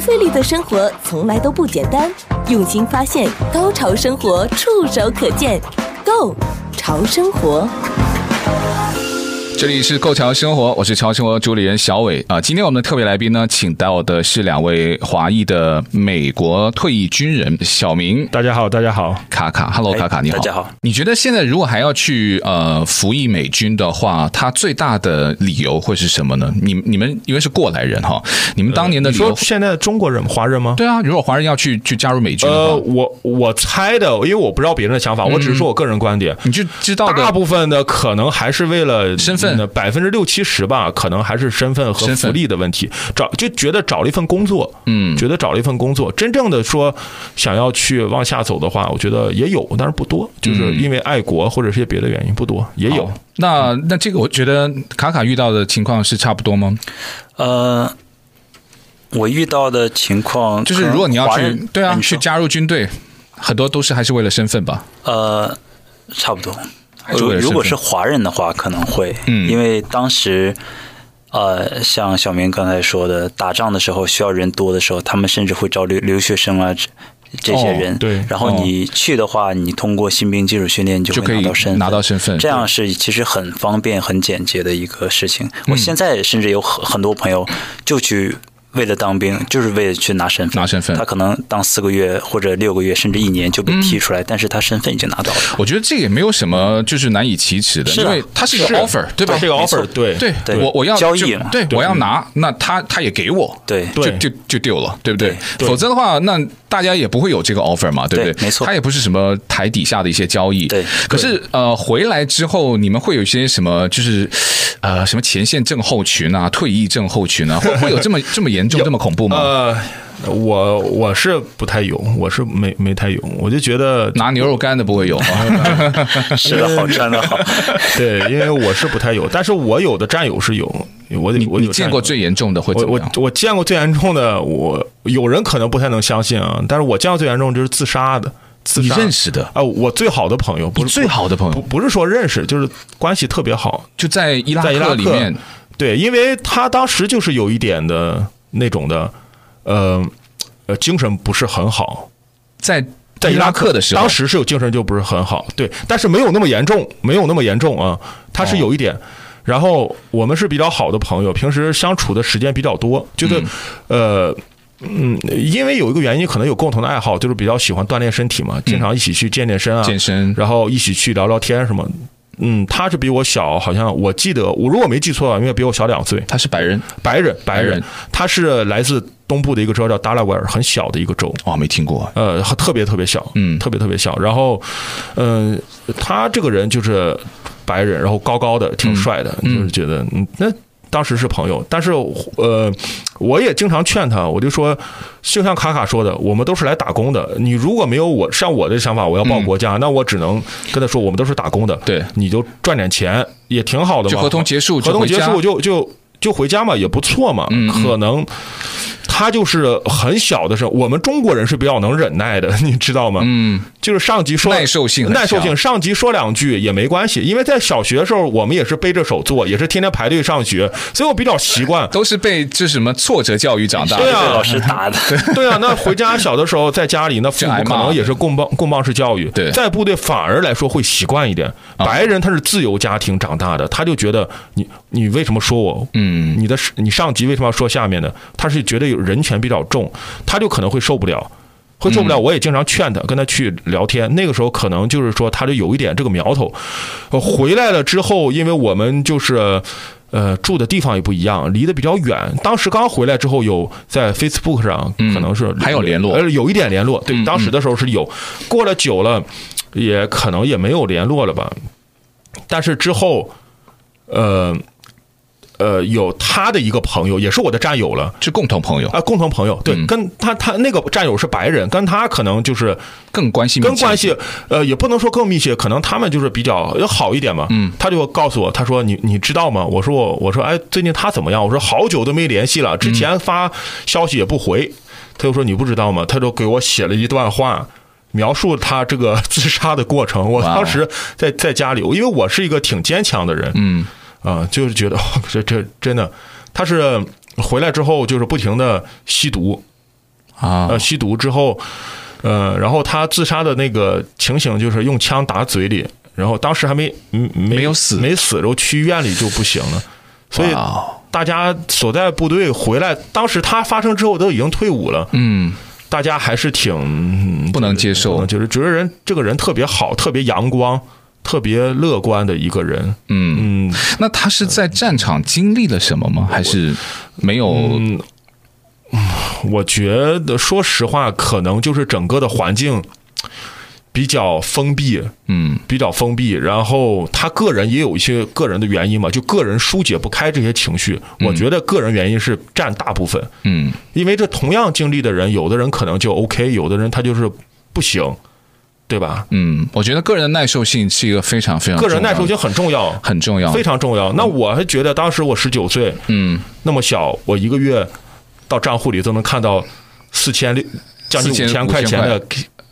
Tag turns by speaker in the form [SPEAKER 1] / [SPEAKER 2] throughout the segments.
[SPEAKER 1] 费力的生活从来都不简单，用心发现，高潮生活触手可见 Go 潮生活。
[SPEAKER 2] 这里是《购潮生活》，我是潮生活主理人小伟啊。今天我们的特别来宾呢，请到的是两位华裔的美国退役军人小明、
[SPEAKER 3] 大家好，大家好。
[SPEAKER 2] 卡卡。Hello，
[SPEAKER 4] 哎
[SPEAKER 2] 卡卡，你好。
[SPEAKER 4] 大家好。
[SPEAKER 2] 你觉得现在如果还要去呃服役美军的话，他最大的理由会是什么呢？你你们因为是过来人哈，你们当年的
[SPEAKER 3] 呃你
[SPEAKER 2] 理由
[SPEAKER 3] 说现在中国人华人吗？
[SPEAKER 2] 对啊，如果华人要去去加入美军的
[SPEAKER 3] 呃，
[SPEAKER 2] 话，
[SPEAKER 3] 我我猜的，因为我不知道别人的想法，我只是说我个人观点。
[SPEAKER 2] 你就知道
[SPEAKER 3] 大
[SPEAKER 2] 的
[SPEAKER 3] 部分的可能还是为了
[SPEAKER 2] 身份
[SPEAKER 3] 嗯，百分之六七十吧，可能还是身份和
[SPEAKER 2] 身份
[SPEAKER 3] 福利的问题。找就觉得找了一份工作，
[SPEAKER 2] 嗯
[SPEAKER 3] 觉得找了一份工作，真正的说想要去往下走的话，我觉得也有，但是不多，就是因为爱国或者是一些别的原因不多，也有
[SPEAKER 2] 嗯好。那那这个，我觉得卡卡遇到的情况是差不多吗？
[SPEAKER 4] 呃，我遇到的情况
[SPEAKER 2] 就是
[SPEAKER 4] 可能
[SPEAKER 2] 如果你要
[SPEAKER 4] 华
[SPEAKER 2] 去
[SPEAKER 4] 人，哎
[SPEAKER 2] 对啊，
[SPEAKER 4] 你
[SPEAKER 2] 去
[SPEAKER 4] 说
[SPEAKER 2] 加入军队，很多都是还是为了身份吧？
[SPEAKER 4] 呃，差不多。
[SPEAKER 2] 是
[SPEAKER 4] 如
[SPEAKER 2] 为了
[SPEAKER 4] 如果
[SPEAKER 2] 身
[SPEAKER 4] 是
[SPEAKER 2] 份
[SPEAKER 4] 华人的话，可能会，
[SPEAKER 2] 嗯
[SPEAKER 4] 因为当时，呃，像小明刚才说的，打仗的时候需要人多的时候，他们甚至会招留留学生啊这这些
[SPEAKER 2] 哦
[SPEAKER 4] 人。
[SPEAKER 3] 对
[SPEAKER 4] 然后
[SPEAKER 2] 哦
[SPEAKER 4] 你去的话，你通过新兵基础训练，你
[SPEAKER 2] 就
[SPEAKER 4] 就
[SPEAKER 2] 可以
[SPEAKER 4] 会拿到身份
[SPEAKER 2] 拿到身份
[SPEAKER 4] 这样是其实很方便、很简洁的一个事情。我现在甚至有很很多朋友就去。为了当兵，就是为了去拿身份，
[SPEAKER 2] 拿身份
[SPEAKER 4] 他可能当四个月或者六个月，甚至一年就被踢出来，但是他身份已经拿到了。
[SPEAKER 2] 我觉得这也没有什么就是难以启齿的，
[SPEAKER 4] 是啊
[SPEAKER 2] 因为它是一个 offer，对吧？
[SPEAKER 3] 它是一个 offer，对
[SPEAKER 2] 对
[SPEAKER 4] 对
[SPEAKER 2] 我我要
[SPEAKER 4] 交易
[SPEAKER 2] 就
[SPEAKER 4] 嘛
[SPEAKER 2] 对我要拿，那他他也给我，
[SPEAKER 4] 对
[SPEAKER 2] 就
[SPEAKER 3] 对
[SPEAKER 2] 就就丢了，对不对？
[SPEAKER 3] 对
[SPEAKER 2] 否则的话，那大家也不会有这个 offer 嘛，对不对？
[SPEAKER 4] 对没错
[SPEAKER 2] 它也不是什么台底下的一些交易。
[SPEAKER 4] 对
[SPEAKER 2] 可是呃，回来之后你们会有一些什么，就是呃，什么前线症候群啊，退役症候群啊，会会有这么这么严重、这么恐怖吗？
[SPEAKER 3] 呃，我我是不太有，我是没没太有，我就觉得
[SPEAKER 2] 拿牛肉干的不会 有
[SPEAKER 4] 呃
[SPEAKER 2] 吗？
[SPEAKER 4] 吃的好，穿的好，
[SPEAKER 3] 对，因为我是不太有，但是我有的战友是有，我
[SPEAKER 2] 你
[SPEAKER 3] 我
[SPEAKER 2] 你
[SPEAKER 3] 有
[SPEAKER 2] 见
[SPEAKER 3] 战
[SPEAKER 2] 过
[SPEAKER 3] 友
[SPEAKER 2] 最严重的会
[SPEAKER 3] 我
[SPEAKER 2] 怎么
[SPEAKER 3] 我
[SPEAKER 2] 样？
[SPEAKER 3] 我见过最严重的，我有人可能不太能相信啊，但是我见过最严重就是自杀的，自
[SPEAKER 2] 你
[SPEAKER 3] 杀
[SPEAKER 2] 认识的
[SPEAKER 3] 啊，我最好的朋友
[SPEAKER 2] 你
[SPEAKER 3] 不是
[SPEAKER 2] 最好的朋
[SPEAKER 3] 不
[SPEAKER 2] 友
[SPEAKER 3] 不是说认识，就是关系特别好，
[SPEAKER 2] 就在伊拉
[SPEAKER 3] 在伊拉
[SPEAKER 2] 克里面。
[SPEAKER 3] 对，因为他当时就是有一点的那种的，呃呃，精神不是很好，
[SPEAKER 2] 在
[SPEAKER 3] 在伊拉
[SPEAKER 2] 克的时候，
[SPEAKER 3] 当时是有精神就不是很好，对，但是没有那么严重，没有那么严重啊，他是有一点。然后我们是比较好的朋友，平时相处的时间比较多，就是、呃。嗯，因为有一个原因，可能有共同的爱好，就是比较喜欢锻炼身体嘛，经常一起去健健身啊，
[SPEAKER 2] 嗯健身
[SPEAKER 3] 然后一起去聊聊天什么。嗯，他是比我小，好像我记得，我如果没记错，啊，应该比我小两岁。
[SPEAKER 2] 他是白人
[SPEAKER 3] 白人，白
[SPEAKER 2] 白
[SPEAKER 3] 人
[SPEAKER 2] 人，
[SPEAKER 3] 他是来自东部的一个州叫达拉维尔，很小的一个州。
[SPEAKER 2] 哦，没听过。
[SPEAKER 3] 呃，特别特别小，
[SPEAKER 2] 嗯
[SPEAKER 3] 特别特别小。然后，嗯、他这个人就是白人，然后高高的，挺帅的，
[SPEAKER 2] 嗯
[SPEAKER 3] 就是觉得嗯，那当时是朋友，但是呃，我也经常劝他，我就说，就像卡卡说的，我们都是来打工的，你如果没有我像我的想法，我要报国家，那我只能跟他说，我们都是打工的，
[SPEAKER 2] 嗯对
[SPEAKER 3] 你就赚点钱也挺好的嘛，
[SPEAKER 2] 就合同结束
[SPEAKER 3] 合
[SPEAKER 2] 就回
[SPEAKER 3] 同结
[SPEAKER 2] 家
[SPEAKER 3] 束就就就回家嘛，也不错嘛，
[SPEAKER 2] 嗯嗯
[SPEAKER 3] 可能。他就是很小的时候，我们中国人是比较能忍耐的， 你知道吗？
[SPEAKER 2] 嗯，
[SPEAKER 3] 就是上级说
[SPEAKER 2] 耐受性很
[SPEAKER 3] 耐受
[SPEAKER 2] 强
[SPEAKER 3] 性，上级说两句也没关系，因为在小学的时候，我们也是背着手做，也是天天排队上学，所以我比较 习惯。
[SPEAKER 2] 都是被这什么挫折教育长大
[SPEAKER 3] 对
[SPEAKER 2] 的。
[SPEAKER 3] 啊
[SPEAKER 4] 被老师打的。
[SPEAKER 3] 对啊，那回家小的时候在家里，那父
[SPEAKER 2] 就挨
[SPEAKER 3] 母可
[SPEAKER 2] 骂
[SPEAKER 3] 能也是棍棒棍棒式教育。
[SPEAKER 2] 对啊
[SPEAKER 3] 在部队反而来说会习惯一点。白人他是自由家庭长大的，他就觉得你你为什么说我？
[SPEAKER 2] 嗯，
[SPEAKER 3] 你的你上级为什么要说下面的？他是觉得有人权比较重，他就可能会受不了。会受不
[SPEAKER 2] 嗯
[SPEAKER 3] 了，我也经常劝他，跟他去聊天。那个时候可能就是说，他就有一点这个苗头。呃回来了之后，因为我们就是呃住的地方也不一样，离得比较远。当时刚回来之后，有在 Facebook 上
[SPEAKER 2] 嗯
[SPEAKER 3] 可能是
[SPEAKER 2] 还有联络
[SPEAKER 3] 呃，有一点联络。
[SPEAKER 2] 嗯
[SPEAKER 3] 对，
[SPEAKER 2] 嗯
[SPEAKER 3] 当时的时候是有，过了久了，也可能也没有联络了吧。但是之后，呃呃，有他的一个朋友，也是我的战友了。
[SPEAKER 2] 是共同朋友，
[SPEAKER 3] 啊，共同朋友对，
[SPEAKER 2] 嗯
[SPEAKER 3] 跟他他那个战友是白人，跟他可能就是
[SPEAKER 2] 更关心
[SPEAKER 3] 跟关系，呃，也不能说更密切，可能他们就是比较要好一点嘛。
[SPEAKER 2] 嗯，
[SPEAKER 3] 他就告诉我，他说你你知道吗？我说我我说哎，最近他怎么样？我说好久都没联系了，之
[SPEAKER 2] 嗯
[SPEAKER 3] 前发消息也不回。他就说你不知道吗？他就给我写了一段话。描述他这个 自杀的过程，我
[SPEAKER 2] 哇哦
[SPEAKER 3] 当时在在家里，因为我是一个挺坚强的人，
[SPEAKER 2] 嗯，
[SPEAKER 3] 啊、就是觉得、哦这这真的，他是回来之后就是不停的吸毒，
[SPEAKER 2] 啊
[SPEAKER 3] 呃，吸毒之后，呃，然后他自杀的那个情形就是用枪打嘴里，然后当时还没嗯没
[SPEAKER 2] 没有死
[SPEAKER 3] 没死，然后去医院里就不行了，所以
[SPEAKER 2] 哇哦
[SPEAKER 3] 大家所在部队回来，当时他发生之后都已经退伍了，
[SPEAKER 2] 嗯，哦
[SPEAKER 3] 大家还是挺嗯
[SPEAKER 2] 不能接受
[SPEAKER 3] 就是觉得人这个人特别好，特别阳光，特别乐观的一个人，嗯嗯
[SPEAKER 2] 那他是在战场经历了什么吗？还是没有？
[SPEAKER 3] 嗯，我觉得说实话，可能就是整个的环境比较封闭，
[SPEAKER 2] 嗯
[SPEAKER 3] 比较封闭。然后他个人也有一些个人的原因嘛，就个人疏解不开这些情绪。我觉得个人原因是占大部分，
[SPEAKER 2] 嗯
[SPEAKER 3] 因为这同样经历的人，有的人可能就 OK，有的人他就是不行，对吧？
[SPEAKER 2] 嗯，我觉得个人的耐受性是一个非常非常
[SPEAKER 3] 个人耐受
[SPEAKER 2] 重要
[SPEAKER 3] 性很重要
[SPEAKER 2] 的，很重要。
[SPEAKER 3] 非常重要。那我还觉得当时我十九岁，
[SPEAKER 2] 啊嗯，
[SPEAKER 3] 那么小，我一个月到账户里都能看到四千六，将近五
[SPEAKER 2] 4500
[SPEAKER 3] 千块钱的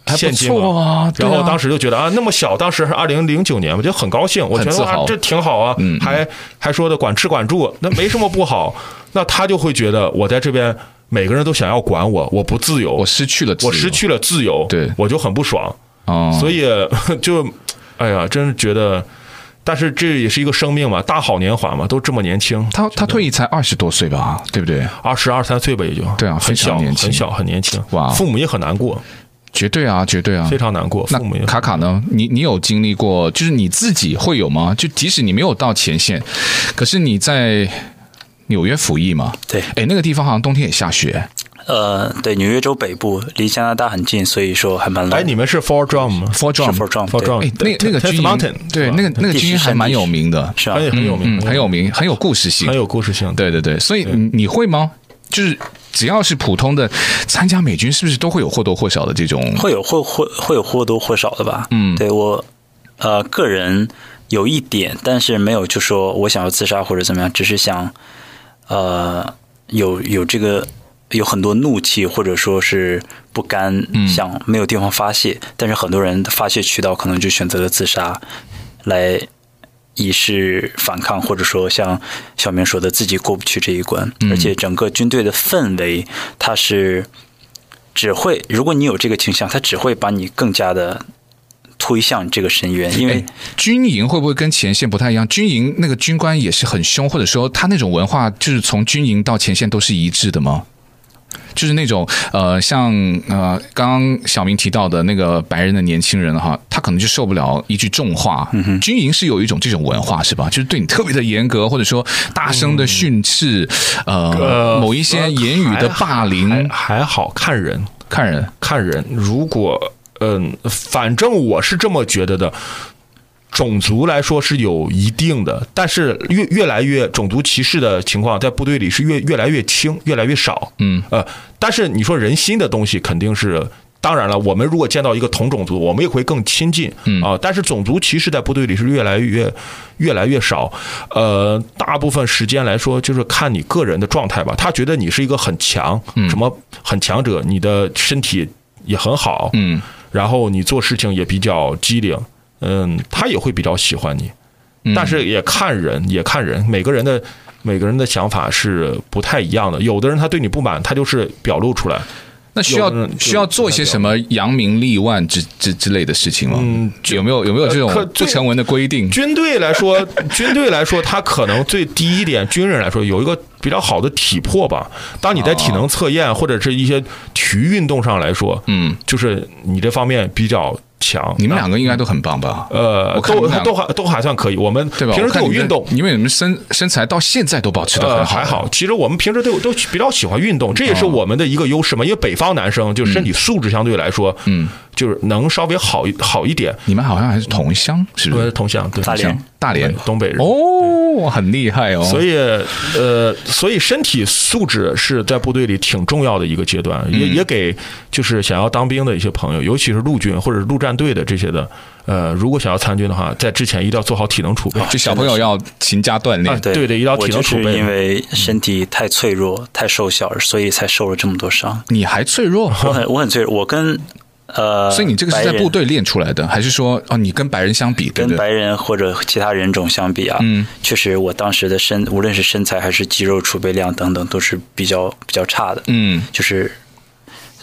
[SPEAKER 2] 还不
[SPEAKER 3] 现金嘛
[SPEAKER 2] 错啊。对
[SPEAKER 3] 然
[SPEAKER 2] 啊
[SPEAKER 3] 后当时就觉得啊，那么小，当时是二零零九年嘛，就很高兴，我觉
[SPEAKER 2] 很
[SPEAKER 3] 得
[SPEAKER 2] 自
[SPEAKER 3] 哇
[SPEAKER 2] 豪，
[SPEAKER 3] 这挺好啊，
[SPEAKER 2] 嗯嗯
[SPEAKER 3] 还还说的管吃管住，那没什么 不好。那他就会觉得我在这边，每个人都想要管我，我不自由，
[SPEAKER 2] 我失去了自由，
[SPEAKER 3] 我失去了自由，
[SPEAKER 2] 对
[SPEAKER 3] 我就很不爽。
[SPEAKER 2] 哦，
[SPEAKER 3] 所以 就，哎呀，真是觉得，但是这也是一个生命嘛，大好年华嘛，都这么年轻，
[SPEAKER 2] 他他退役才二十多岁吧，对不对？
[SPEAKER 3] 二十二三岁吧，也就
[SPEAKER 2] 对啊
[SPEAKER 3] 很
[SPEAKER 2] 非常
[SPEAKER 3] 小，
[SPEAKER 2] 年轻
[SPEAKER 3] 很小，很年轻。
[SPEAKER 2] 哇
[SPEAKER 3] 父母也很难过，
[SPEAKER 2] 绝对啊，绝对啊，
[SPEAKER 3] 非常难过，父母也
[SPEAKER 2] 那卡卡呢？你你有经历过，就是你自己会有吗？就即使你没有到前线，可是你在纽约服役嘛？
[SPEAKER 4] 对，
[SPEAKER 2] 哎，那个地方好像冬天也下雪。
[SPEAKER 4] 呃，对，纽约州北部离加拿大很近，所以说还蛮冷。
[SPEAKER 3] 哎，你们是 Four Drum 吗
[SPEAKER 2] Fort
[SPEAKER 4] f o
[SPEAKER 2] Drum，
[SPEAKER 4] r Trump，
[SPEAKER 3] ？Four
[SPEAKER 4] 对
[SPEAKER 3] Drum，
[SPEAKER 2] 哎，那那个
[SPEAKER 3] Tenth
[SPEAKER 2] 军营
[SPEAKER 3] Oh， Mountain，
[SPEAKER 2] 对，
[SPEAKER 3] 是吧
[SPEAKER 2] 那个那个
[SPEAKER 4] 地
[SPEAKER 2] 军营
[SPEAKER 4] 势
[SPEAKER 2] 还
[SPEAKER 4] 山
[SPEAKER 2] 蛮
[SPEAKER 4] 地
[SPEAKER 2] 有
[SPEAKER 4] 势
[SPEAKER 2] 名的，
[SPEAKER 4] 是啊
[SPEAKER 3] 很，很有名
[SPEAKER 2] 嗯，，很有名，很有故事性
[SPEAKER 3] 很。有故事性。
[SPEAKER 2] 对对对，所以你你会吗？就是只要是普通的参加美军，是不是都会有或多或少的这种？
[SPEAKER 4] 会有会会会有或多或少的吧。
[SPEAKER 2] 嗯
[SPEAKER 4] 对我呃个人有一点，但是没有就说我想要自杀或者怎么样，只是想呃有有这个有很多怒气或者说是不甘，想没有地方发泄。但是很多人的发泄渠道可能就选择了自杀来。以示反抗，或者说像小明说的，自己过不去这一关，
[SPEAKER 3] 嗯
[SPEAKER 4] 而且整个军队的氛围，它是只会，如果你有这个倾向，它只会把你更加的推向这个深渊，因为
[SPEAKER 2] 哎军营会不会跟前线不太一样？军营那个军官也是很凶，或者说他那种文化就是从军营到前线都是一致的吗？就是那种呃，像呃，刚刚小明提到的那个白人的年轻人哈，他可能就受不了一句重话。
[SPEAKER 3] 嗯
[SPEAKER 2] 军营是有一种这种文化是吧？就是对你特别的严格，或者说大声的训斥，呃，
[SPEAKER 3] 呃
[SPEAKER 2] 某一些言语的霸
[SPEAKER 3] 还
[SPEAKER 2] 凌，
[SPEAKER 3] 还好看人，
[SPEAKER 2] 看人
[SPEAKER 3] 看人。如果嗯，反正我是这么觉得的。种族来说是有一定的，但是越越来越种族歧视的情况在部队里是越越来越轻，越来越少。
[SPEAKER 2] 嗯，
[SPEAKER 3] 呃，但是你说人心的东西肯定是。当然了，我们如果见到一个同种族，我们也会更亲近
[SPEAKER 2] 嗯
[SPEAKER 3] 啊、但是种族歧视在部队里是越来越、越来越少。呃，大部分时间来说，就是看你个人的状态吧。他觉得你是一个很强，
[SPEAKER 2] 嗯
[SPEAKER 3] 什么很强者，你的身体也很好，
[SPEAKER 2] 嗯，
[SPEAKER 3] 然后你做事情也比较机灵，嗯，他也会比较喜欢你。
[SPEAKER 2] 嗯
[SPEAKER 3] 但是也看人，也看人，每个人的每个人的想法是不太一样的。有的人他对你不满，他就是表露出来。
[SPEAKER 2] 那需要
[SPEAKER 3] 有的人就
[SPEAKER 2] 需要做一些什么扬名立万之之之类的事情吗？
[SPEAKER 3] 嗯
[SPEAKER 2] 有没有有没有这种
[SPEAKER 3] 呃可
[SPEAKER 2] 不成文的规定？
[SPEAKER 3] 军队来说， 军队来说，他可能最低一点，军人来说有一个比较好的体魄吧。当你在体能测验或者是一些体育运动上来说，
[SPEAKER 2] 嗯，
[SPEAKER 3] 就是你这方面比较强。
[SPEAKER 2] 你们两个应该都很棒吧？
[SPEAKER 3] 呃
[SPEAKER 2] 我，看你
[SPEAKER 3] 都
[SPEAKER 2] 们俩
[SPEAKER 3] 都还都还算可以。我们
[SPEAKER 2] 对吧？
[SPEAKER 3] 平时
[SPEAKER 2] 我
[SPEAKER 3] 都
[SPEAKER 2] 看
[SPEAKER 3] 有
[SPEAKER 2] 你们
[SPEAKER 3] 运动，
[SPEAKER 2] 因为你们身身材到现在都保持的
[SPEAKER 3] 呃，
[SPEAKER 2] 很好，
[SPEAKER 3] 还好。其实我们平时都有都比较喜欢运动，这也是我们的一个优势嘛。因为北方男生就身体素质相对来说，
[SPEAKER 2] 嗯，
[SPEAKER 3] 就是能稍微好一好一点。
[SPEAKER 2] 你们好像还是同乡，是
[SPEAKER 3] 因
[SPEAKER 2] 不
[SPEAKER 3] 为
[SPEAKER 2] 是？
[SPEAKER 3] 同乡对
[SPEAKER 4] 大连
[SPEAKER 2] 大连
[SPEAKER 3] 对东北人。
[SPEAKER 2] 哦，很厉害哦。
[SPEAKER 3] 所以，呃，所以身体素质是在部队里挺重要的一个阶段，也
[SPEAKER 2] 嗯
[SPEAKER 3] 也给就是想要当兵的一些朋友，尤其是陆军或者陆战队的这些的，呃，如果想要参军的话，在之前一定要做好体能储备。
[SPEAKER 2] 就小朋友要勤加锻炼
[SPEAKER 3] 啊，对的一道
[SPEAKER 4] 我
[SPEAKER 3] 体
[SPEAKER 4] 就
[SPEAKER 3] 能储
[SPEAKER 4] 是
[SPEAKER 3] 备
[SPEAKER 4] 因为
[SPEAKER 3] 嗯
[SPEAKER 4] 身体太脆弱、太瘦小，所以才受了这么多伤。
[SPEAKER 2] 你还脆弱。
[SPEAKER 3] 呃
[SPEAKER 4] 我很我很脆弱，我跟呃，
[SPEAKER 2] 所以你这个是
[SPEAKER 4] 白
[SPEAKER 2] 在
[SPEAKER 4] 人
[SPEAKER 2] 部队练出来的，还是说哦，你跟白人相比，对不
[SPEAKER 4] 跟
[SPEAKER 2] 对？
[SPEAKER 4] 白人或者其他人种相比啊，
[SPEAKER 2] 嗯，
[SPEAKER 4] 确实我当时的身，无论是身材还是肌肉储备量等等，都是比较比较差的，
[SPEAKER 2] 嗯
[SPEAKER 4] 就是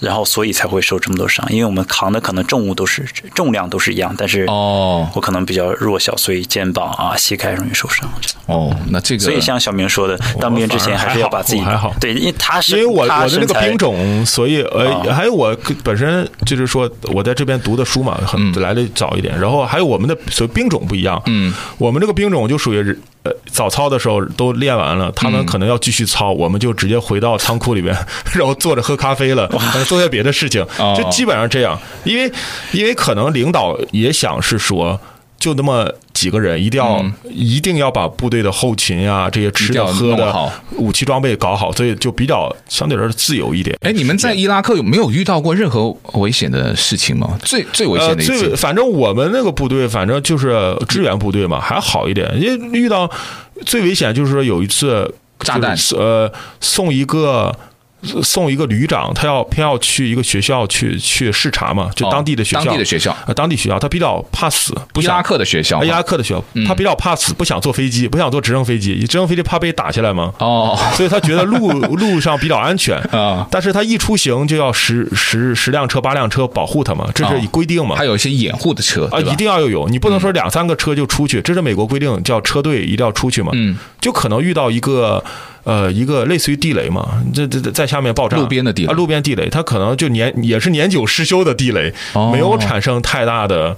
[SPEAKER 4] 然后所以才会受这么多伤，因为我们扛的可能重物都是重量都是一样，但是
[SPEAKER 2] 哦
[SPEAKER 4] 我可能比较弱小，所以肩膀啊、膝盖容易受伤。这样
[SPEAKER 2] 哦，那这个
[SPEAKER 4] 所以像小明说的，当兵之前还是要把自己
[SPEAKER 3] 我反而还好
[SPEAKER 4] 对，因为他是
[SPEAKER 3] 因为我
[SPEAKER 4] 他
[SPEAKER 3] 我的那
[SPEAKER 4] 身
[SPEAKER 3] 个
[SPEAKER 4] 材
[SPEAKER 3] 兵种，所以
[SPEAKER 2] 啊
[SPEAKER 3] 呃，还有我本身就是说我在这边读的书嘛，
[SPEAKER 2] 嗯
[SPEAKER 3] 很来的早一点，然后还有我们的所谓兵种不一样，嗯，我们这个兵种就属于呃早操的时候都练完了，他
[SPEAKER 2] 嗯
[SPEAKER 3] 们可能要继续操，我们就直接回到仓库里边， 然后坐着喝咖啡了，可能做些别的事情
[SPEAKER 2] 哦，
[SPEAKER 3] 就基本上这样，因为因为可能领导也想是说。就那么几个人，一定要、一定要把部队的后勤呀、这些吃
[SPEAKER 2] 嗯一定
[SPEAKER 3] 的
[SPEAKER 2] 要
[SPEAKER 3] 喝
[SPEAKER 2] 弄
[SPEAKER 3] 的
[SPEAKER 2] 好
[SPEAKER 3] 武器装备搞好，所以就比较相对来说自由一点。
[SPEAKER 2] 哎，你们在伊拉克有没有遇到过任何危险的事情吗？最最危
[SPEAKER 3] 呃，
[SPEAKER 2] 险的一
[SPEAKER 3] 最
[SPEAKER 2] 次，
[SPEAKER 3] 反正我们那个部队，反正就是支援部队嘛，还好一点。因为遇到最危险就是说有一次
[SPEAKER 2] 炸弹
[SPEAKER 3] 就是呃，送一个。送一个旅长，他要偏要去一个学校去去视察嘛，就
[SPEAKER 2] 哦
[SPEAKER 3] 当地的学校，
[SPEAKER 2] 当地的学校
[SPEAKER 3] 呃，当地学校，他比较怕死，不
[SPEAKER 2] 伊
[SPEAKER 3] 想哎
[SPEAKER 2] 拉克的学校吗，嗯
[SPEAKER 3] 伊拉克的学校，他比较怕死，不想坐飞机，不想坐直升飞机，直升飞机怕被打下来嘛，
[SPEAKER 2] 哦
[SPEAKER 3] 所以他觉得路 路上比较安全
[SPEAKER 2] 啊
[SPEAKER 3] 但是他一出行就要十十十辆车、八辆车保护他嘛，这是
[SPEAKER 2] 啊
[SPEAKER 3] 规定嘛。
[SPEAKER 2] 还有一些掩护的车，
[SPEAKER 3] 啊，
[SPEAKER 2] 对吧嗯
[SPEAKER 3] 一定要有，你不能说两三个车就出去，这是美国规定，叫车队一定要出去嘛。
[SPEAKER 2] 嗯，
[SPEAKER 3] 就可能遇到一个呃一个类似于地雷嘛，这这这在下面爆炸，
[SPEAKER 2] 路边的地雷
[SPEAKER 3] 啊，路边地雷，它可能就年也是年久失修的地雷，
[SPEAKER 2] 哦
[SPEAKER 3] 没有产生太大的。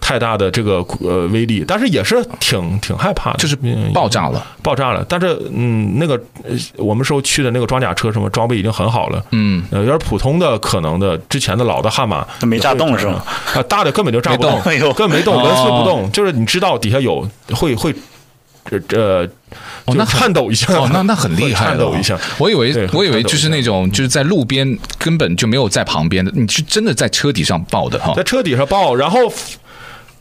[SPEAKER 3] 太大的这个呃威力，但是也是挺挺害怕的，
[SPEAKER 2] 就是
[SPEAKER 3] 嗯
[SPEAKER 2] 爆炸了，
[SPEAKER 3] 爆炸了。但是嗯，那个呃我们时候去的那个装甲车什么装备已经很好了，
[SPEAKER 2] 嗯，
[SPEAKER 3] 呃，有点普通的可能的之前的老的悍马
[SPEAKER 4] 那没炸动是吗？
[SPEAKER 3] 啊，大的根本就炸不
[SPEAKER 2] 没
[SPEAKER 3] 动，
[SPEAKER 4] 动哎呦
[SPEAKER 3] 根本没动，
[SPEAKER 2] 哦
[SPEAKER 3] 纹丝不动，就是你知道底下有会会这这
[SPEAKER 2] 哦，
[SPEAKER 3] 就
[SPEAKER 2] 那很
[SPEAKER 3] 颤抖一下，
[SPEAKER 2] 哦，那那很厉害
[SPEAKER 3] 会
[SPEAKER 2] 了
[SPEAKER 3] 颤抖一下。
[SPEAKER 2] 我以为
[SPEAKER 3] 对
[SPEAKER 2] 我以为
[SPEAKER 3] 颤抖一下
[SPEAKER 2] 就是那种就是在路边根本就没有在旁边的，你是真的在车底上爆的哈
[SPEAKER 3] 在。车底下爆，然后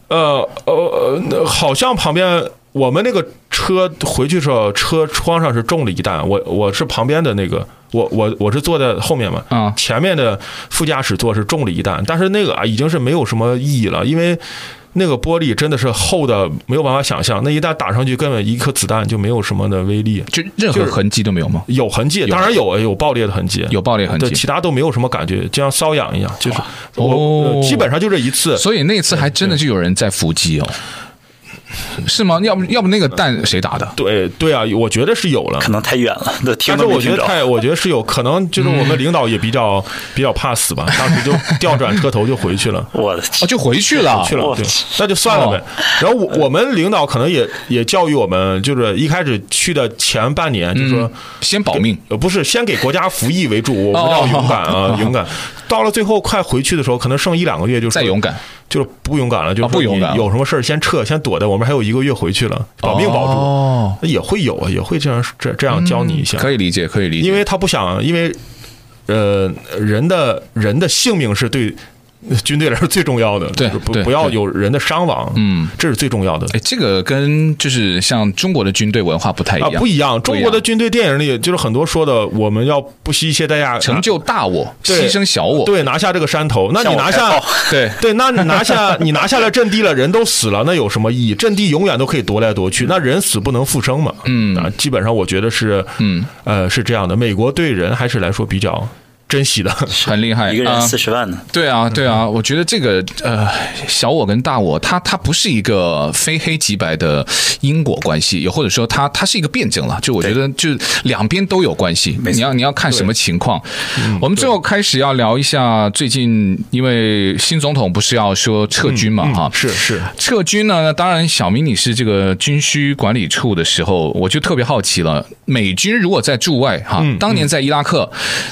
[SPEAKER 3] 呃呃呃，那好像旁边。我们那个车回去的时候，车窗上是中了一弹。我我是旁边的那个，我我我是坐在后面嘛，
[SPEAKER 2] 啊
[SPEAKER 3] 前面的副驾驶座是中了一弹，但是那个啊已经是没有什么意义了，因为那个玻璃真的是厚的没有办法想象，那一弹打上去根本一颗子弹就没有什么的威力，
[SPEAKER 2] 就任何
[SPEAKER 3] 就是
[SPEAKER 2] 痕迹都没有吗？
[SPEAKER 3] 有痕迹，当然有有爆裂的痕迹，
[SPEAKER 2] 有爆裂痕
[SPEAKER 3] 对，
[SPEAKER 2] 迹
[SPEAKER 3] 其，他都没有什么感觉，就像瘙痒一样，就是我、
[SPEAKER 2] 哦
[SPEAKER 3] 呃基本上就这一次，
[SPEAKER 2] 所以那次还真的就有人在伏击哦，是吗？要不要不那个弹谁打的？
[SPEAKER 3] 对对啊，我觉得是有了。
[SPEAKER 4] 可能太远了，都听
[SPEAKER 3] 但是
[SPEAKER 4] 都没
[SPEAKER 3] 我觉
[SPEAKER 4] 听
[SPEAKER 3] 得
[SPEAKER 4] 着。
[SPEAKER 3] 太，我觉得是有可能，就是我
[SPEAKER 2] 嗯
[SPEAKER 3] 们领导也比较、比较怕死吧，当时就调转车头就回 去了。
[SPEAKER 4] 我的
[SPEAKER 2] 哦，
[SPEAKER 4] 天，
[SPEAKER 2] 就回去哦了，
[SPEAKER 3] 去了，
[SPEAKER 4] 我
[SPEAKER 3] 对，那就算了呗。然后我我们领导可能也也教育我们，就是一开始去的前半年，就说
[SPEAKER 2] 嗯，先保命。哦
[SPEAKER 3] 呃，不是先给国家服役为主，我们要勇敢 啊，勇敢。到了最后快回去的时候，可能剩一两个月，就是
[SPEAKER 2] 再勇，敢，
[SPEAKER 3] 就是不勇敢了，就是
[SPEAKER 2] 啊不勇敢
[SPEAKER 3] 你有什么事儿先撤，先躲着。我们还有一个月回去了，保命保住，
[SPEAKER 2] 哦，
[SPEAKER 3] 那也会有啊，也会这样这这样教你一下，
[SPEAKER 2] 嗯可以理解，可以理解。
[SPEAKER 3] 因为他不想，因为呃，人的人的性命是对。军队来说最重要的，
[SPEAKER 2] 对
[SPEAKER 3] 就是不
[SPEAKER 2] 对
[SPEAKER 3] 不要
[SPEAKER 2] 对
[SPEAKER 3] 有人的伤亡，嗯，这是最重要的。
[SPEAKER 2] 哎，这个跟就是像中国的军队文化不太一
[SPEAKER 3] 啊，
[SPEAKER 2] 样，
[SPEAKER 3] 不一样。中国
[SPEAKER 2] 不一
[SPEAKER 3] 的
[SPEAKER 2] 样
[SPEAKER 3] 军队电影里就是很多说的，我们要不惜一切代价
[SPEAKER 2] 成就大我，
[SPEAKER 3] 啊对
[SPEAKER 2] 牺牲小我，
[SPEAKER 3] 对，拿下这个山头。那你
[SPEAKER 4] 向我
[SPEAKER 3] 拿
[SPEAKER 4] 开
[SPEAKER 3] 下
[SPEAKER 4] 炮，
[SPEAKER 2] 对
[SPEAKER 3] 对，那你拿下你拿下了阵地了，人都死了，那有什么意义？阵地永远都可以夺来夺去，那人死不能复生嘛。嗯啊，基本上我觉得是，嗯，呃，是这样的。美国对人还是来说比较珍惜的。
[SPEAKER 2] 很厉
[SPEAKER 3] 哦
[SPEAKER 2] 害，
[SPEAKER 4] 一个人
[SPEAKER 3] 嗯
[SPEAKER 2] 啊
[SPEAKER 4] 四十万呢。
[SPEAKER 2] 对啊，对啊，我觉得这个呃，小我跟大我，它它不是一个非黑即白的因果关系，也或者说它它是一个辩证了。就我觉得，就两边都有关系。
[SPEAKER 4] 错
[SPEAKER 2] 你要你要看什么情况。
[SPEAKER 3] 嗯
[SPEAKER 2] 我们最后开始要聊一下最近，因为新总统不是要说撤军嘛，哈、
[SPEAKER 3] 是是，
[SPEAKER 2] 撤军呢？当然，小明你是这个军需管理处的时候，我就特别好奇了。美军如果在驻外哈，
[SPEAKER 3] 嗯
[SPEAKER 2] 当年在伊拉克，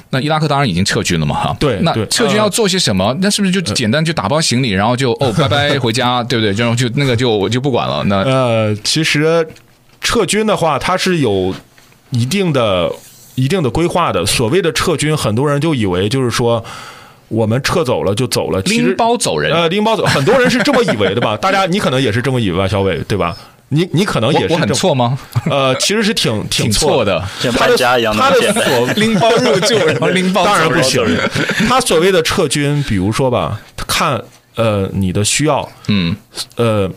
[SPEAKER 2] 那伊拉克当然已经撤军了嘛哈。
[SPEAKER 3] 对
[SPEAKER 2] 那
[SPEAKER 3] 对
[SPEAKER 2] 撤军要做些什么？那是不是就简单就打包行李，然后
[SPEAKER 3] 呃
[SPEAKER 2] 就哦拜拜回家，对不对？然后就那个就我就不管了。那
[SPEAKER 3] 呃，其实撤军的话，它是有一定的、一定的规划的。所谓的撤军，很多人就以为就是说我们撤走了就走了，其
[SPEAKER 2] 拎
[SPEAKER 3] 实
[SPEAKER 2] 包走人。
[SPEAKER 3] 呃，拎包走，很多人是这么以为的吧？大家，你可能也是这么以为吧，小伟，对吧？你你可能也
[SPEAKER 2] 我
[SPEAKER 3] 是
[SPEAKER 2] 我很
[SPEAKER 3] 这么，
[SPEAKER 2] 错吗？
[SPEAKER 3] 呃，其实是挺挺
[SPEAKER 2] 挺
[SPEAKER 3] 错
[SPEAKER 2] 错。的。
[SPEAKER 4] 像
[SPEAKER 3] 他的
[SPEAKER 4] 搬家一样那
[SPEAKER 3] 他
[SPEAKER 4] 么
[SPEAKER 3] 的
[SPEAKER 4] 简单。
[SPEAKER 3] 所
[SPEAKER 2] 拎包入住，然后拎包
[SPEAKER 3] 当然
[SPEAKER 2] 走
[SPEAKER 3] 不
[SPEAKER 2] 人
[SPEAKER 3] 行。他所谓的撤军，比如说吧，看呃你的需要，
[SPEAKER 2] 嗯，
[SPEAKER 3] 呃，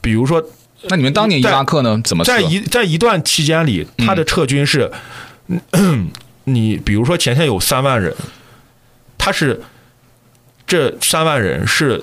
[SPEAKER 3] 比如说
[SPEAKER 2] 那你们当年伊拉克呢？怎么
[SPEAKER 3] 在
[SPEAKER 2] 撤？
[SPEAKER 3] 一在一段期间里， 他的撤军是，嗯你比如说前线有三万人，他是这三万人是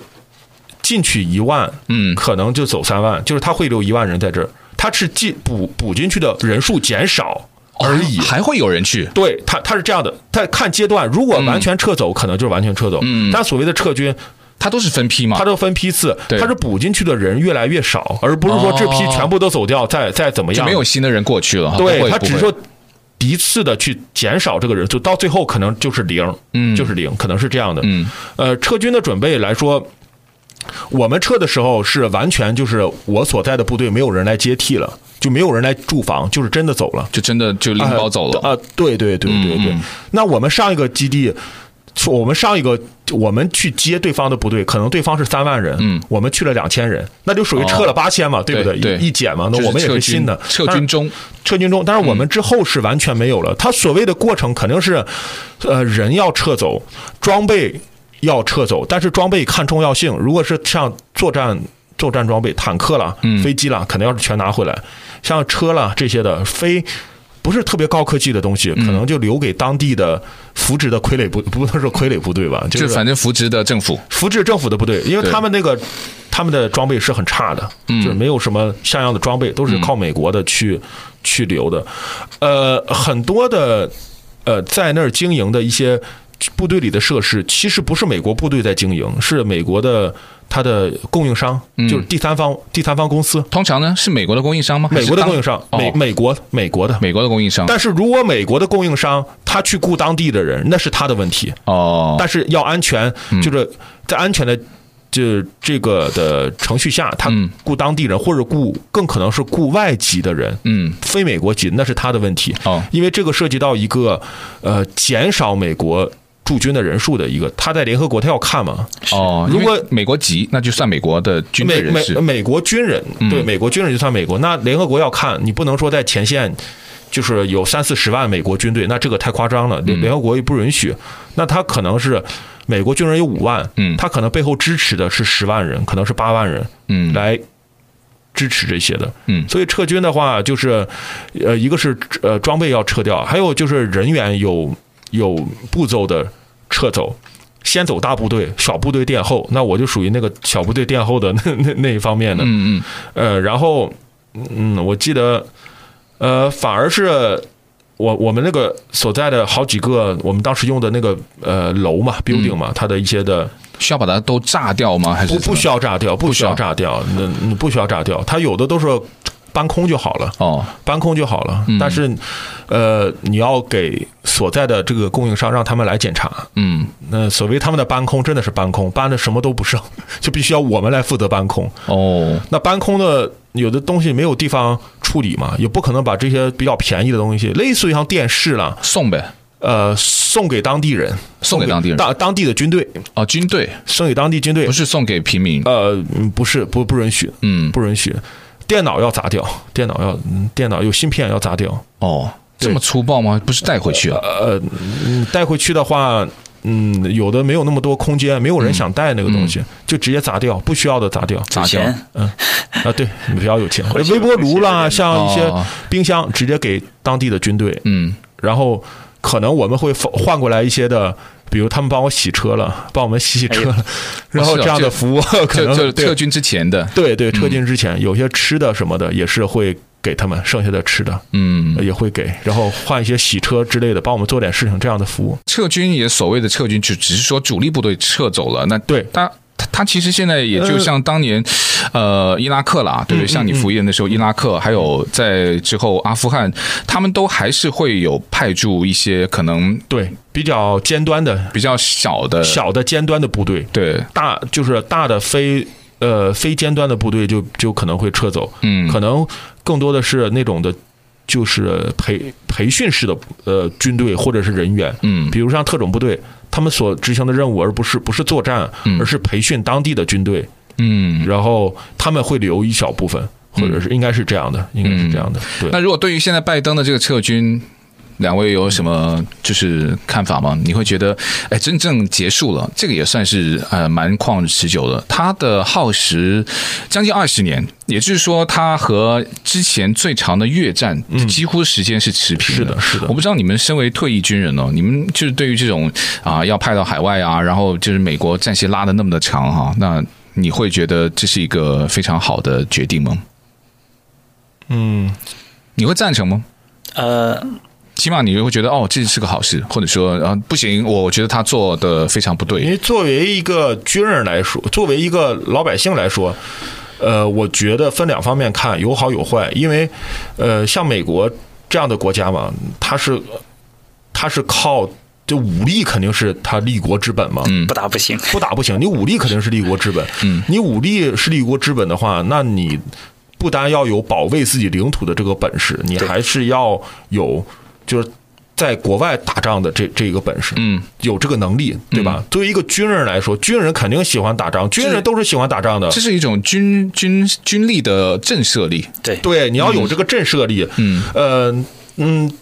[SPEAKER 3] 进去一万，
[SPEAKER 2] 嗯
[SPEAKER 3] 可能就走三万，就是他会留一万人在这儿，他是进补补进去的人数减少
[SPEAKER 2] 哦
[SPEAKER 3] 而已。
[SPEAKER 2] 还会有人去，
[SPEAKER 3] 对他，他是这样的，他看阶段，如果完全撤走，可能就是完全撤走。
[SPEAKER 2] 嗯
[SPEAKER 3] 但所谓的撤军，
[SPEAKER 2] 他都是分批嘛
[SPEAKER 3] 它，都分批次，
[SPEAKER 2] 对
[SPEAKER 3] 它是补进去的人越来越少，而不是说这批
[SPEAKER 2] 哦
[SPEAKER 3] 全部都走掉，再再怎么
[SPEAKER 2] 就
[SPEAKER 3] 样，
[SPEAKER 2] 没有新的人过去了。不
[SPEAKER 3] 对，
[SPEAKER 2] 会
[SPEAKER 3] 他
[SPEAKER 2] 不
[SPEAKER 3] 只是
[SPEAKER 2] 会
[SPEAKER 3] 说一次的去减少这个人数，到最后可能就是零，
[SPEAKER 2] 嗯
[SPEAKER 3] 就是零，可能是这样的。
[SPEAKER 2] 嗯
[SPEAKER 3] 呃，撤军的准备来说，我们撤的时候是完全就是我所在的部队没有人来接替了，就没有人来驻防，就是真的走了。
[SPEAKER 2] 就真的就拎包走了。
[SPEAKER 3] 啊、呃对对对对对。
[SPEAKER 2] 嗯嗯
[SPEAKER 3] 那我们上一个基地，说我们上一个我们去接对方的部队，可能对方是三万人，
[SPEAKER 2] 嗯
[SPEAKER 3] 我们去了两千人，那就属于撤了八千嘛，对不
[SPEAKER 2] 对对
[SPEAKER 3] 一一减嘛，那
[SPEAKER 2] 就是
[SPEAKER 3] 我们也
[SPEAKER 2] 撤
[SPEAKER 3] 是
[SPEAKER 2] 军
[SPEAKER 3] 新的
[SPEAKER 2] 撤
[SPEAKER 3] 但是
[SPEAKER 2] 军中，
[SPEAKER 3] 撤军中，但是我们之后是完全没有了。他所谓的过程肯定是，呃，人要撤走，装备要撤走，但是装备看重要性。如果是像作战作战装备，坦克啦、
[SPEAKER 2] 嗯
[SPEAKER 3] 飞机啦，肯定要是全拿回来。像车啦这些的，非不是特别高科技的东西，可能就留给当地的扶植的傀儡部，不能说傀儡部队吧，就
[SPEAKER 2] 就是反正扶植的政府，
[SPEAKER 3] 扶植政府的部队，因为
[SPEAKER 2] 对嗯
[SPEAKER 3] 他们那个他们的装备是很差的，就是没有什么像样的装备，都是靠美国的去、去留的。呃，很多的呃在那儿经营的一些部队里的设施，其实不是美国部队在经营，是美国的它的供应商，
[SPEAKER 2] 嗯
[SPEAKER 3] 就是第三方第三方公司，
[SPEAKER 2] 通常呢是美国的供应商吗？
[SPEAKER 3] 美国的供应商
[SPEAKER 2] 还，是当
[SPEAKER 3] 美
[SPEAKER 2] 哦、
[SPEAKER 3] 美国美国的。
[SPEAKER 2] 美国的供应商
[SPEAKER 3] 但是如果美国的供应商他去雇当地的人，那是他的问题。
[SPEAKER 2] 哦，嗯
[SPEAKER 3] 但是要安全，就是在安全的就这个的程序下，他
[SPEAKER 2] 嗯
[SPEAKER 3] 雇当地人或者雇更可能是雇外籍的人，
[SPEAKER 2] 嗯
[SPEAKER 3] 非美国籍，那是他的问题。
[SPEAKER 2] 哦
[SPEAKER 3] 因为这个涉及到一个呃减少美国驻军的人数的一个，他在联合国他要看嘛，
[SPEAKER 2] 哦，
[SPEAKER 3] 如果
[SPEAKER 2] 因为美国籍，那就算美国的军队
[SPEAKER 3] 美
[SPEAKER 2] 人
[SPEAKER 3] 美
[SPEAKER 2] 士。嗯
[SPEAKER 3] 美国军人，对美国军人就算美国。那联合国要看，你不能说在前线就是有三四十万美国军队，那这个太夸张了，
[SPEAKER 2] 嗯
[SPEAKER 3] 联联合国也不允许。那他可能是美国军人有五万，
[SPEAKER 2] 嗯
[SPEAKER 3] 他可能背后支持的是十万人，可能是八万人，
[SPEAKER 2] 嗯
[SPEAKER 3] 来。支持这些的，
[SPEAKER 2] 嗯
[SPEAKER 3] 所以撤军的话，就是，呃，一个是呃装备要撤掉，还有就是人员有有步骤的撤走，先走大部队，小部队殿后。那我就属于那个小部队殿后的那那那一方面的。
[SPEAKER 2] 嗯嗯，
[SPEAKER 3] 呃，然后嗯，我记得呃，反而是我我们那个所在的好几个我们当时用的那个呃楼嘛，building
[SPEAKER 2] 嗯
[SPEAKER 3] 嘛，它的一些的
[SPEAKER 2] 需要把它都炸掉吗？还是
[SPEAKER 3] 不不需
[SPEAKER 2] 要
[SPEAKER 3] 要炸掉，不需要炸掉，那那不需要炸掉，它有的都是搬空就好了。
[SPEAKER 2] 哦
[SPEAKER 3] 搬空就好了
[SPEAKER 2] 嗯。
[SPEAKER 3] 但是，呃，你要给所在的这个供应商让他们来检查。
[SPEAKER 2] 嗯
[SPEAKER 3] 那所谓他们的搬空，真的是搬空，搬的什么都不剩， 就必须要我们来负责搬空。
[SPEAKER 2] 哦
[SPEAKER 3] 那搬空的有的东西没有地方处理嘛，也不可能把这些比较便宜的东西，类似于像电视啦，
[SPEAKER 2] 送呗
[SPEAKER 3] 呃，送给当地人，
[SPEAKER 2] 送给当地人
[SPEAKER 3] 当当地的军队，
[SPEAKER 2] 哦，军队
[SPEAKER 3] 送给当地军队
[SPEAKER 2] 不。是送给平民，
[SPEAKER 3] 呃，嗯不是，不不允许，
[SPEAKER 2] 嗯
[SPEAKER 3] 不允许。电脑要砸掉，电脑要，嗯电脑有芯片要砸掉。
[SPEAKER 2] 哦，这么粗暴吗？不是带回去啊？
[SPEAKER 3] 呃，嗯带回去的话，嗯，有的没有那么多空间，没有人想带那个东西，就直接砸掉，不需要的砸掉
[SPEAKER 2] 砸掉
[SPEAKER 4] 钱
[SPEAKER 3] 啊。对，比较有钱，
[SPEAKER 4] 去
[SPEAKER 3] 微波炉啦，
[SPEAKER 4] 回
[SPEAKER 3] 像一些
[SPEAKER 2] 哦
[SPEAKER 3] 冰箱，直接给当地的军队，
[SPEAKER 2] 嗯
[SPEAKER 3] 然后可能我们会放换过来一些的。比如他们帮我洗车了，帮我们洗洗车了，然后
[SPEAKER 2] 是啊
[SPEAKER 3] 这样
[SPEAKER 2] 这
[SPEAKER 3] 的服务可
[SPEAKER 2] 就
[SPEAKER 3] 能
[SPEAKER 2] 就
[SPEAKER 3] 对
[SPEAKER 2] 撤军之前的，
[SPEAKER 3] 对对，撤军之前有些吃的什么的也是会给他们，剩下的吃的
[SPEAKER 2] 嗯，
[SPEAKER 3] 呃也会给，然后换一些洗车之类的，帮我们做点事情这样的服务。
[SPEAKER 2] 撤军也所谓的撤军，就只是说主力部队撤走了。那
[SPEAKER 3] 对
[SPEAKER 2] 他。他他其实现在也就像当年，呃，伊拉克
[SPEAKER 3] 嗯
[SPEAKER 2] 啦，对不对？像你服役的那时候，伊拉克还有在之后阿富汗，他们都还是会有派驻一些可能
[SPEAKER 3] 对，比较尖端的、
[SPEAKER 2] 比较小的，
[SPEAKER 3] 小的尖端的部队，
[SPEAKER 2] 对，
[SPEAKER 3] 大就是大的非呃非尖端的部队就就可能会撤走，
[SPEAKER 2] 嗯，
[SPEAKER 3] 可能更多的是那种的，就是培培训式的呃军队或者是人员，
[SPEAKER 2] 嗯
[SPEAKER 3] 比如像特种部队，他们所执行的任务而不是不是作战，
[SPEAKER 2] 嗯
[SPEAKER 3] 而是培训当地的军队，
[SPEAKER 2] 嗯。
[SPEAKER 3] 然后他们会留一小
[SPEAKER 2] 嗯
[SPEAKER 3] 部分，或者是应该是这样的，应该是这样的，对。
[SPEAKER 2] 那如果对于现在拜登的这个撤军，两位有什么就是看法吗？你会觉得，哎，真正结束了，这个也算是呃蛮旷日持久的，它的耗时将近二十年，也就是说，它和之前最长的越战几乎时间是持平
[SPEAKER 3] 嗯是的是的
[SPEAKER 2] 我不知道你们身为退役军人哦，你们就是对于这种啊、要派到海外啊，然后就是美国战线拉的那么的长哈、那你会觉得这是一个非常好的决定吗？
[SPEAKER 3] 嗯，
[SPEAKER 2] 你会赞成吗？
[SPEAKER 4] 呃，
[SPEAKER 2] 起码你会觉得哦，这是个好事，或者说啊，不行，我觉得他做的非常不
[SPEAKER 3] 因
[SPEAKER 2] 对。
[SPEAKER 3] 为作为一个军人来说，作为一个老百姓来说，呃，我觉得分两方面看，有好有坏。因为，呃，像美国这样的国家嘛，它是它是靠这武力肯定是它立国之本嘛，
[SPEAKER 2] 嗯
[SPEAKER 4] 不打不行。
[SPEAKER 3] 不打不行，你武力肯定是立国之本。嗯，你武力是立国之本的话，那你不单要有保卫自己领土的这个本事，你还是要有就是在国外打仗的这这一个本事。
[SPEAKER 2] 嗯，
[SPEAKER 3] 有这个能力，对吧？作为一个军人来说，军人肯定喜欢打仗，军人嗯都是喜欢打仗的
[SPEAKER 2] 这。是一种军军军力的震慑力。
[SPEAKER 4] 对，
[SPEAKER 3] 对，你要有这个震慑力。嗯，呃，嗯，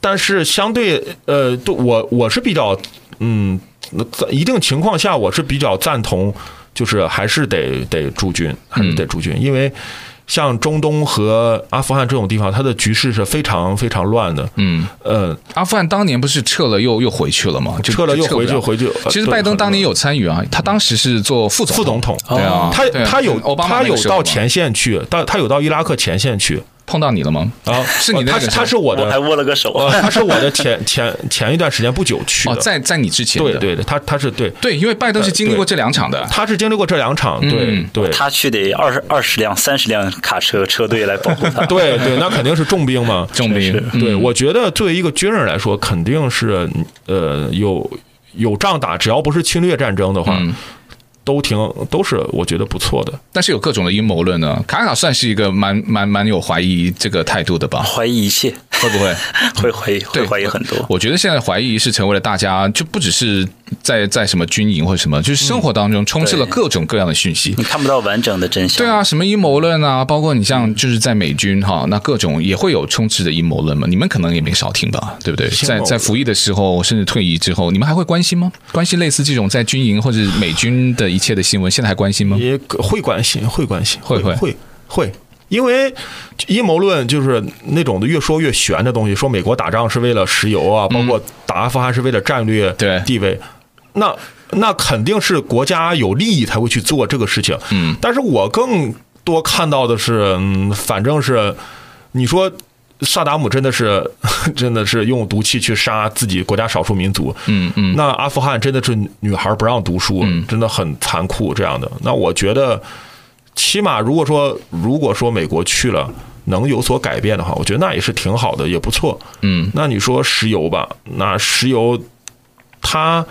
[SPEAKER 3] 但是相对呃，对我我是比较嗯，那在一定情况下我是比较赞同，就是还是得得驻
[SPEAKER 2] 嗯
[SPEAKER 3] 军，还是得驻军，因为。像中东和阿富汗这种地方，它的局势是非常非常乱的。
[SPEAKER 2] 嗯，
[SPEAKER 3] 呃，
[SPEAKER 2] 阿富汗当年不是撤了又又回去了吗？就
[SPEAKER 3] 撤了又回去，
[SPEAKER 2] 就撤不了
[SPEAKER 3] 回去。呃
[SPEAKER 2] 其实
[SPEAKER 3] 对
[SPEAKER 2] 拜登
[SPEAKER 3] 很
[SPEAKER 2] 当年
[SPEAKER 3] 乱
[SPEAKER 2] 有参与啊，他当时是做副总
[SPEAKER 3] 副总统，哦
[SPEAKER 2] 对啊，
[SPEAKER 3] 他
[SPEAKER 2] 对啊
[SPEAKER 3] 他有
[SPEAKER 2] 奥巴马
[SPEAKER 3] 他
[SPEAKER 2] 那个
[SPEAKER 3] 有
[SPEAKER 2] 时候
[SPEAKER 3] 到
[SPEAKER 2] 嘛
[SPEAKER 3] 前线去，到他有到伊拉克前线去
[SPEAKER 2] 碰到你了吗？
[SPEAKER 3] 啊，
[SPEAKER 2] 是你的
[SPEAKER 3] 他
[SPEAKER 2] 那个
[SPEAKER 3] 他
[SPEAKER 2] 时
[SPEAKER 3] 是我
[SPEAKER 4] 我还
[SPEAKER 3] 的，
[SPEAKER 4] 握了个手。
[SPEAKER 3] 呃，他是我的前前前一段时间不久去
[SPEAKER 2] 哦，
[SPEAKER 3] 的，
[SPEAKER 2] 在在你之前
[SPEAKER 3] 对
[SPEAKER 2] 的
[SPEAKER 3] 对对，他他是对，
[SPEAKER 2] 对，因为拜登是经历过
[SPEAKER 3] 呃对
[SPEAKER 2] 这两场的。
[SPEAKER 3] 他是经历过这两场，对
[SPEAKER 2] 嗯
[SPEAKER 3] 对
[SPEAKER 4] 哦他去得二十二十辆、三十辆卡车车队来保护 他。
[SPEAKER 3] 对对，那肯定是重兵嘛，
[SPEAKER 2] 重兵
[SPEAKER 4] 是，
[SPEAKER 2] 嗯
[SPEAKER 3] 对，我觉得作为一个军人来说，肯定是呃有有仗打，只要不是侵略战争的话，
[SPEAKER 2] 嗯
[SPEAKER 3] 都挺都是我觉得不错的。
[SPEAKER 2] 但是有各种的阴谋论呢。卡卡算是一个蛮蛮蛮有怀疑这个态度的吧？
[SPEAKER 4] 怀疑一切，
[SPEAKER 2] 会不会？
[SPEAKER 4] 会怀疑，会
[SPEAKER 2] 对
[SPEAKER 4] 怀疑很多。
[SPEAKER 2] 我觉得现在怀疑是成为了大家就不只是在在什么军营或者什么，就是生活当中充斥了各种各样的讯息。
[SPEAKER 4] 你看不到完整的真相。
[SPEAKER 2] 对，啊，什么阴谋论啊，包括你像就是在美军哈，那各种也会有充斥的阴谋论嘛，你们可能也没少听吧，对不对？
[SPEAKER 3] 听
[SPEAKER 2] 在
[SPEAKER 3] 过
[SPEAKER 2] 在服役的时候，甚至退役之后，你们还会关心吗？关心类似这种在军营或者美军的一切的新闻，现在还关心吗？
[SPEAKER 3] 也可会关心，会关心，
[SPEAKER 2] 会
[SPEAKER 3] 会会会，因为阴谋论就是那种的越说越玄的东西，说美国打仗是为了石油啊，包括打阿富汗是为了战略
[SPEAKER 2] 嗯对
[SPEAKER 3] 地位，那那肯定是国家有利益才会去做这个事情。
[SPEAKER 2] 嗯，
[SPEAKER 3] 但是我更多看到的是，嗯，反正是你说。萨达姆真的是， 真的是用毒气去杀自己国家少数民族，
[SPEAKER 2] 嗯嗯，
[SPEAKER 3] 那阿富汗真的是女孩不让读书，真的很残酷这样的。那我觉得，起码如果说如果说美国去了能有所改变的话，我觉得那也是挺好的，也不错。
[SPEAKER 2] 嗯，
[SPEAKER 3] 那你说石油吧，那石油它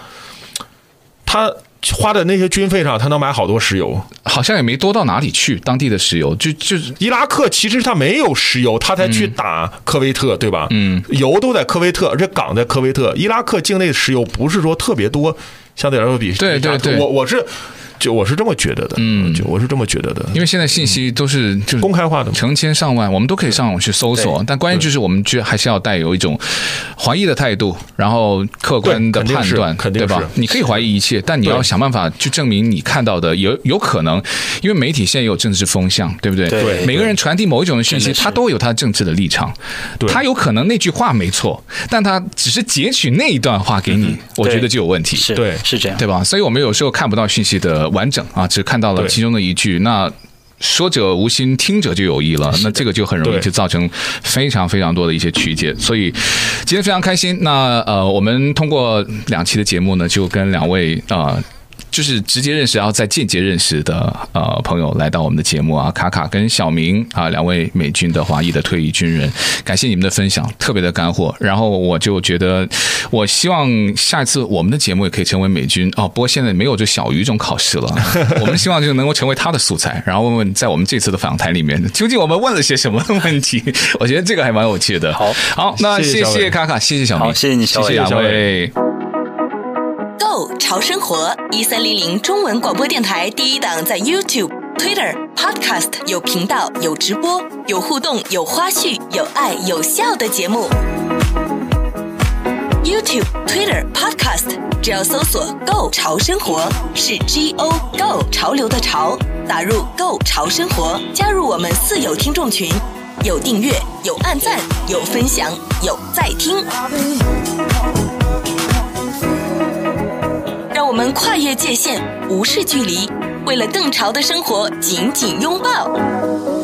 [SPEAKER 3] 它花的那些军费上，它能买好多石油。
[SPEAKER 2] 好像也没多到哪里去，当地的石油就就是
[SPEAKER 3] 伊拉克其实它没有石油，它才去打科威特，对吧？
[SPEAKER 2] 嗯，
[SPEAKER 3] 油都在科威特，这港在科威特。伊拉克境内的石油不是说特别多，相对来说比
[SPEAKER 2] 对
[SPEAKER 3] 比
[SPEAKER 2] 对
[SPEAKER 3] 沙特
[SPEAKER 2] 对
[SPEAKER 3] 我我是就我是这么觉得的，嗯，就我是这么觉得的，
[SPEAKER 2] 因为现在信息都是就是
[SPEAKER 3] 公开化的嘛。
[SPEAKER 2] 成千上万，我们都可以上网去搜索，
[SPEAKER 4] 对
[SPEAKER 2] 但关键就是我们觉得还是要带有一种怀疑的态度，然后客观的
[SPEAKER 3] 对肯定
[SPEAKER 2] 判
[SPEAKER 3] 是
[SPEAKER 2] 断，
[SPEAKER 3] 肯定
[SPEAKER 2] 对吧
[SPEAKER 3] 是？
[SPEAKER 2] 你可以怀疑一切，但你
[SPEAKER 3] 对
[SPEAKER 2] 要想办法去证明你看到的有有可能，因为媒体现在也有政治风向，对不对？
[SPEAKER 4] 对
[SPEAKER 2] 每个人传递某一种的讯息，
[SPEAKER 4] 真的是
[SPEAKER 2] 他都有他政治的立场，
[SPEAKER 3] 对
[SPEAKER 2] 他有可能那句话没错，但他只是截取那一段话给
[SPEAKER 3] 嗯
[SPEAKER 2] 你，我觉得就有问题。
[SPEAKER 4] 是，
[SPEAKER 3] 对
[SPEAKER 4] 是这样。
[SPEAKER 2] 对吧？所以我们有时候看不到讯息的完整啊，只看到了
[SPEAKER 3] 对
[SPEAKER 2] 其中的一句。那说者无心，听者就有意了。那这个就很容易
[SPEAKER 3] 对
[SPEAKER 2] 就造成非常非常多的一些曲解。所以今天非常开心。那呃，我们通过两期的节目呢，就跟两位啊。呃就是直接认识，然后再间接认识的呃朋友来到我们的节目啊，卡卡跟小明啊，两位美军的华裔的退役军人，感谢你们的分享，特别的干货。然后我就觉得，我希望下一次我们的节目也可以成为美军哦，不过现在没有这小鱼这种考试 了，我们希望就能够成为他的素材，然后问问在我们这次的访谈里面，究竟我们问了些什么问题？我觉得这个还蛮有趣的。
[SPEAKER 4] 好
[SPEAKER 2] 好，那
[SPEAKER 3] 谢谢
[SPEAKER 2] 谢
[SPEAKER 3] 小伟
[SPEAKER 2] 谢卡卡，谢谢小明，
[SPEAKER 4] 好谢谢你小伟
[SPEAKER 2] 谢谢
[SPEAKER 3] 谢谢
[SPEAKER 2] 两
[SPEAKER 3] 小伟
[SPEAKER 2] 位。
[SPEAKER 1] Go 潮生活一三零零中文广播电台第一档，在 YouTube、Twitter、Podcast 有频道、有直播、有互动、有花絮、有爱有笑的节目。 YouTube、Twitter、Podcast，只要搜索 “Go 潮生活”是 G O Go 潮流的潮，打入 “Go 潮生活”，加入我们四有听众群，有订阅，有按赞，有分享，有在听。让我们跨越界限，无视距离，为了更潮的生活紧紧拥抱。